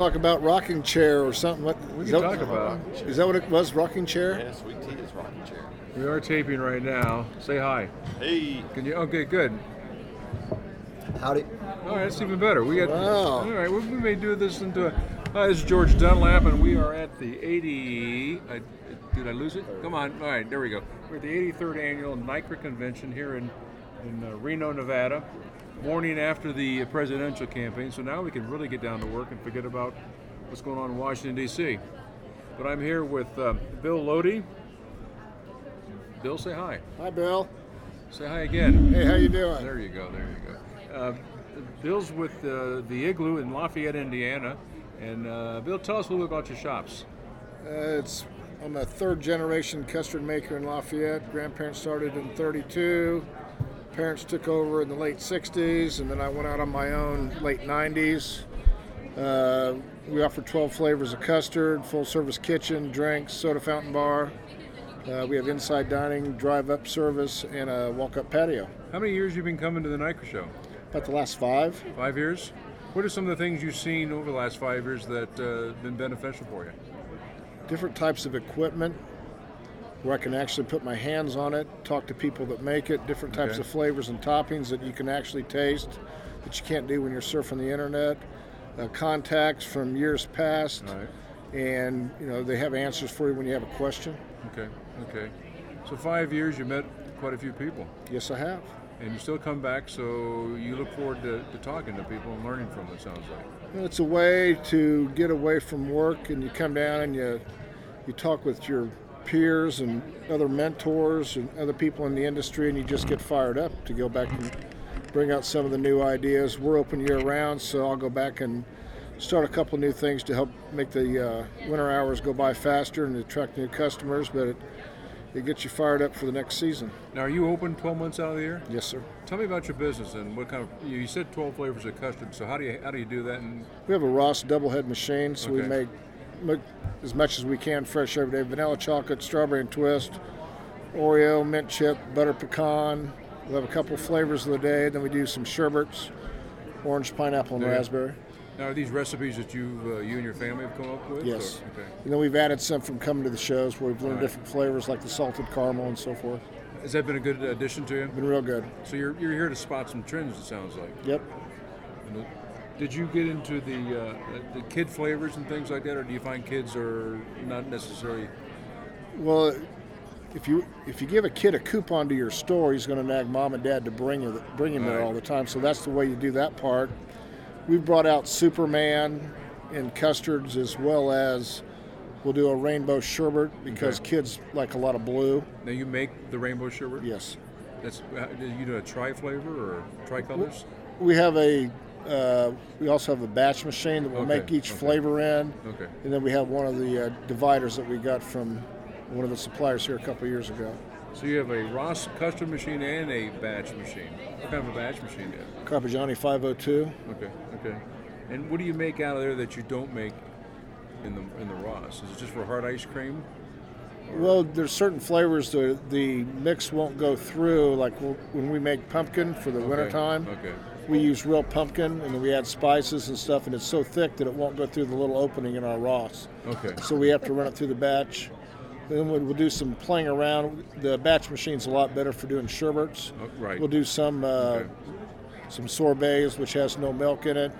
Talk about rocking chair or something. What, We is can that- talk about. Is that what it was? Rocking chair? Yeah, Sweet Tea is rocking chair. We are taping right now. Say hi. Hey, Can you? Okay, good. Howdy. All right, that's even better. We got. Wow. All right, we, we may do this into a. Hi, this is George Dunlap, and we are at the 80. I, did I lose it? Come on. All right, there we go. We're at the 83rd annual NICRA convention here in in uh, Reno, Nevada. Morning after the presidential campaign, so now we can really get down to work and forget about what's going on in Washington D.C. But I'm here with uh, Bill Lodi. Bill, say hi. Hi, Bill. Say hi again. Hey, how you doing? There you go. There you go. Uh, Bill's with uh, the Igloo in Lafayette, Indiana, and uh, Bill, tell us a little bit about your shops. Uh, it's I'm a third generation custard maker in Lafayette. Grandparents started in 32. Parents took over in the late 60s, and then I went out on my own late 90s. Uh, we offer 12 flavors of custard, full service kitchen, drinks, soda fountain bar. Uh, we have inside dining, drive up service, and a walk up patio. How many years you been coming to the Nike Show? About the last five. Five years. What are some of the things you've seen over the last five years that uh, been beneficial for you? different types of equipment where I can actually put my hands on it, talk to people that make it, different types Okay. of flavors and toppings that you can actually taste that you can't do when you're surfing the internet, uh, contacts from years past, and you know they have answers for you when you have a question. Okay. Okay. So five years, you met quite a few people, Yes, I have. and you still come back. So you look forward to, to talking to people and learning from them. It sounds like. And It's a way to get away from work, and you come down and you you talk with your peers and other mentors and other people in the industry, and you just get fired up to go back and bring out some of the new ideas. We're open year round, so I'll go back and start a couple new things to help make the uh, winter hours go by faster and attract new customers. But it it gets you fired up for the next season. Now, are you open 12 months out of the year? Yes, sir. Tell me about your business and what kind of. You said 12 flavors of custard. So how do you how do you do that? And We have a Ross double head machine, so we Okay. make mu- as much as we can fresh every day vanilla chocolate, strawberry and twist, Oreo, mint chip, butter pecan. We have a couple flavors of the day. Then we do some sherbets, orange, pineapple, and There you go. raspberry. now, are these recipes that you uh, you and your family have come up with? Yes. or- okay. And then we've added some from coming to the shows where we've learned Alright. different flavors like the salted caramel and so forth. Has that been a good addition to you? Been real good. So you're, you're here to spot some trends. It sounds like. Yep. And it- Did you get into the uh, the kid flavors and things like that, or do you find kids are not necessarily? Well, if you if you give a kid a coupon to your store, he's going to nag mom and dad to bring you bring him there Right. all the time. So that's the way you do that part. We've brought out Superman and custards as well as we'll do a rainbow sherbet because Okay. kids like a lot of blue. Now you make the rainbow sherbet. Yes, That's uh, do you do a tri flavor or tri colors? we have a uh, we also have a batch machine that we'll Okay, make each okay. flavor in, Okay. and then we have one of the uh, dividers that we got from one of the suppliers here a couple of years ago. So you have a Ross custom machine and a batch machine. What kind of a batch machine do you have? Carpigiani 502. Okay, okay. And what do you make out of there that you don't make in the in the Ross? Is it just for hard ice cream? Well, there's certain flavors the the mix won't go through. Like w- when we make pumpkin for the winter wintertime, Okay. we use real pumpkin and then we add spices and stuff, and it's so thick that it won't go through the little opening in our Ross. Okay. So we have to run it through the batch. Then we- we'll do some playing around. The batch machine's a lot better for doing sherbets. Oh, right. We'll do some uh, Okay. some sorbets, which has no milk in it.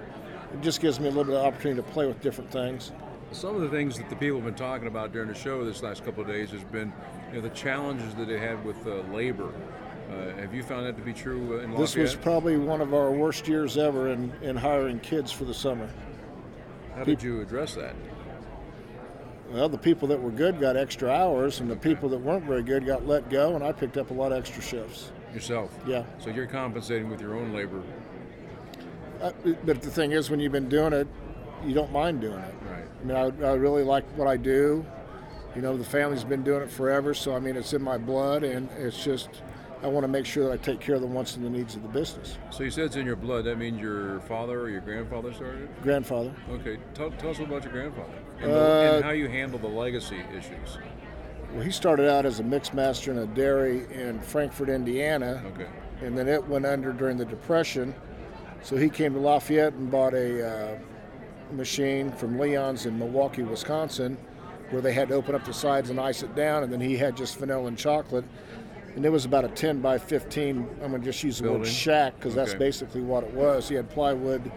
It just gives me a little bit of opportunity to play with different things. Some of the things that the people have been talking about during the show this last couple of days has been, you know, the challenges that they had with uh, labor. Uh, have you found that to be true uh, in This was Lafayette? probably one of our worst years ever in, in hiring kids for the summer. How did you address that? Well, the people that were good got extra hours, and the people that weren't very good got let go, and I picked up a lot of extra shifts. Yourself. Yeah. So you're compensating with your own labor. Uh, But the thing is, when you've been doing it, you don't mind doing it. Right. I mean, I, I really like what I do. You know, the family's been doing it forever, so I mean, it's in my blood, and it's just, I want to make sure that I take care of the wants and the needs of the business. So you said it's in your blood. That means your father or your grandfather started it? Grandfather. Okay, tell, tell us about your grandfather and, the- Uh, and how you handle the legacy issues. Well, he started out as a mix master in a dairy in Frankfort, Indiana. Okay, and then it went under during the depression so he came to lafayette and bought a uh, machine from Leon's in Milwaukee, Wisconsin, where they had to open up the sides and ice it down, and then he had just vanilla and chocolate. And it was about a 10 by 15. I'm going to just use the word Building. shack because that's Okay. basically what it was. He had plywood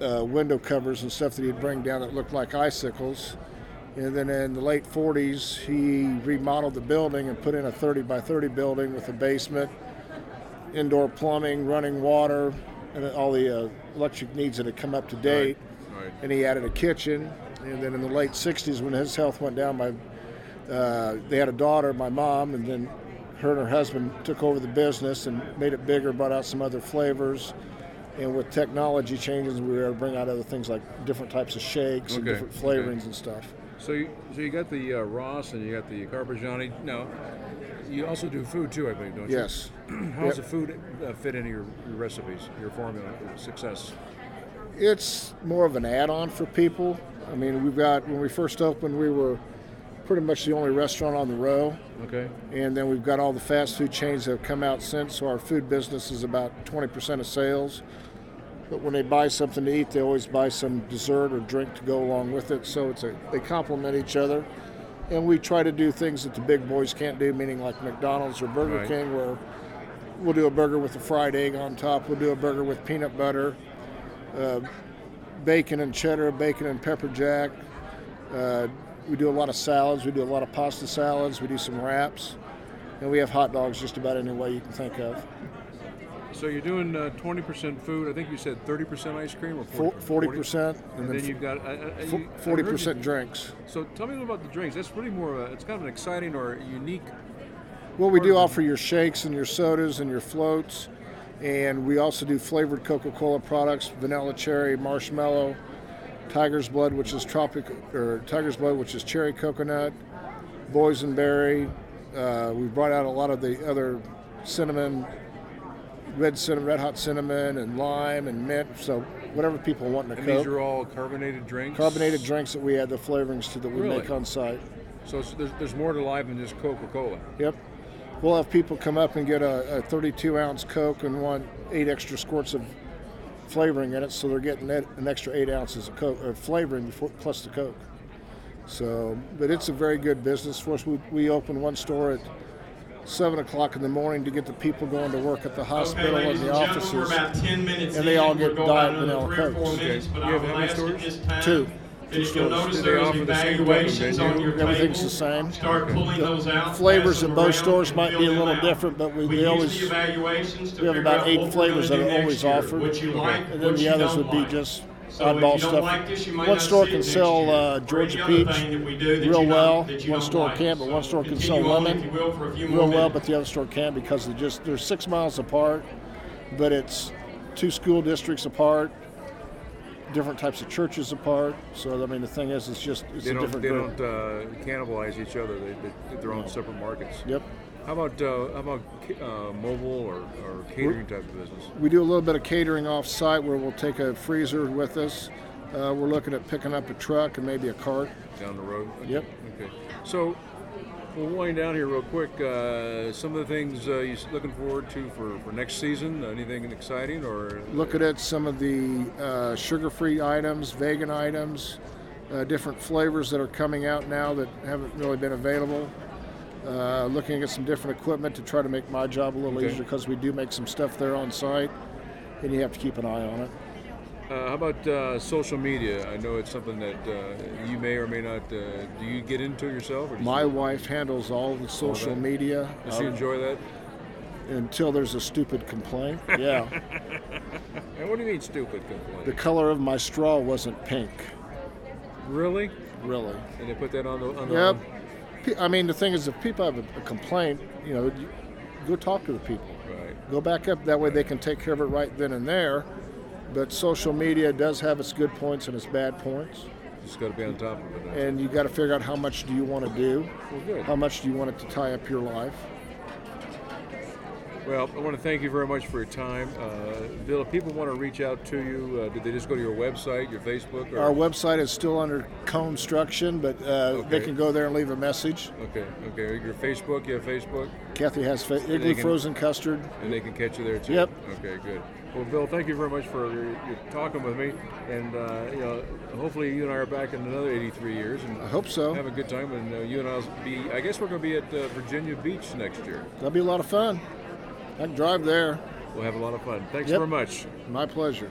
uh, window covers and stuff that he'd bring down that looked like icicles. And then in the late 40s, he remodeled the building and put in a 30 by 30 building with a basement, indoor plumbing, running water, and all the uh, electric needs that had come up to date. Right. And he added a kitchen. And then in the late 60s, when his health went down, my uh, they had a daughter, my mom, and then her and her husband took over the business and made it bigger, brought out some other flavors. And with technology changes, we were able to bring out other things like different types of shakes and Okay, different okay. flavorings and stuff. So you, so you got the uh, Ross and you got the Carpigiani. No, you also do food too, I believe, don't you? Yes. How does the food uh, fit into your, your recipes, your formula of success? it's more of an add-on for people. I mean, we've got when we first opened, we were pretty much the only restaurant on the row, Okay. and then we've got all the fast food chains that have come out since. So our food business is about 20% of sales. But when they buy something to eat, they always buy some dessert or drink to go along with it. So it's a they complement each other, and we try to do things that the big boys can't do, meaning like McDonald's or Burger Right. King, where we'll do a burger with a fried egg on top. We'll do a burger with peanut butter uh, bacon and cheddar, bacon and pepper jack. Uh, we do a lot of salads. We do a lot of pasta salads. We do some wraps, and we have hot dogs just about any way you can think of. So you're doing uh, 20% food. I think you said 30% ice cream or 40%? Forty percent, and And then then you've got I- I- I- you- I heard forty you- percent drinks. So tell me a little about the drinks. That's really more. Of a, it's kind of an exciting or unique. Well, we do offer your shakes and your sodas and your floats, and we also do flavored Coca-Cola products: vanilla, cherry, marshmallow, tiger's blood, which is tropic or tiger's blood, which is cherry coconut, boysenberry. Uh, we brought out a lot of the other cinnamon, red cinnamon, red hot cinnamon, and lime and mint. So whatever people want in a And these coke. are all carbonated drinks. Carbonated drinks that we add the flavorings to that we Really? make on site. So it's, there's, there's more to life than just Coca-Cola. Yep. We'll have people come up and get a, a 32 ounce Coke and want eight extra squirts of flavoring in it, so they're getting that- an extra eight ounces of Coke of flavoring before, plus the Coke. So, but it's a very good business for us. We, we open one store at seven o'clock in the morning to get the people going to work at the hospital okay, and ladies the and gentlemen, offices. We're about 10 minutes and they all in. get We're going diet about another vanilla three or four Cokes. minutes, Okay. but You I have will how many ask at stores? this time Two. That if you'll notice Do they there's offer the same token, evaluations don't on you? your table. Everything's the same. Start pulling those out. pass Flavors them at both around, stores and might be a fill little them out. different, but we, We they use always the evaluations to we have figure about out eight what we're flavors gonna that do are next always year, offered. What you Okay. like, and then what the you others don't would be like. just So if oddball you don't stuff. like this, you might one not store see it can next sell year. Or uh, any Georgia other peach thing that we do that you real don't- well. that you One don't store like. can't, but one So store can sell continue on, if lemon you will, for a few more real well, minutes. but the other store can because they're just they're six miles apart, but it's two school districts apart, different types of churches apart. So I mean, the thing is, it's just it's They a don't. different They group. don't uh, cannibalize each other. They, they they're their own separate markets. Yep. How about uh, how about uh, mobile or, or catering type of business? We do a little bit of catering off site where we'll take a freezer with us. Uh, we're looking at picking up a truck and maybe a cart. down the road? Yep. Okay. So we'll wind down here real quick. Uh, some of the things uh, you're looking forward to for, for next season? Anything exciting or looking at some of the uh, sugar-free items, vegan items, uh, different flavors that are coming out now that haven't really been available. Uh, looking at some different equipment to try to make my job a little Okay. easier because we do make some stuff there on site, and you have to keep an eye on it. Uh, how about uh, social media? I know it's something that uh, you may or may not. Uh, do you get into yourself? Or do you- My wife handles all the social that. media does she uh, enjoy that? until there's a stupid complaint. Yeah, And what do you mean stupid the complaint? color of my straw wasn't pink, Really? really. And they put that on the on the. Yep. Pe- I mean, the thing is, if people have a, a complaint, you know, you, go talk to the people. Right. go back up that way they can take care of it right then and there but social media does have its good points and its bad points Just got to be on top of it. and you got to figure out how much do you want to do Well, good. how much do you want it to tie up your life Well, I want to thank you very much for your time. Uh, Bill, if people want to reach out to you, uh, did they just go to your website, your Facebook? Or, our website is still under construction but uh, they Okay. can go there and leave a message okay, okay. Your Facebook, you have Facebook, kathy has fa- they igloo can- frozen custard and they can catch you there too. Yep. Okay, good. Well, Bill, thank you very much for your, your talking with me, and uh, you know, hopefully you and I are back in another 83 years, and I hope so. have a good time. And uh, you and I'll be. I guess we're going to be at uh, Virginia Beach next year. That'll be a lot of fun. I can drive there. We'll have a lot of fun. Thanks Yep. very much. My pleasure.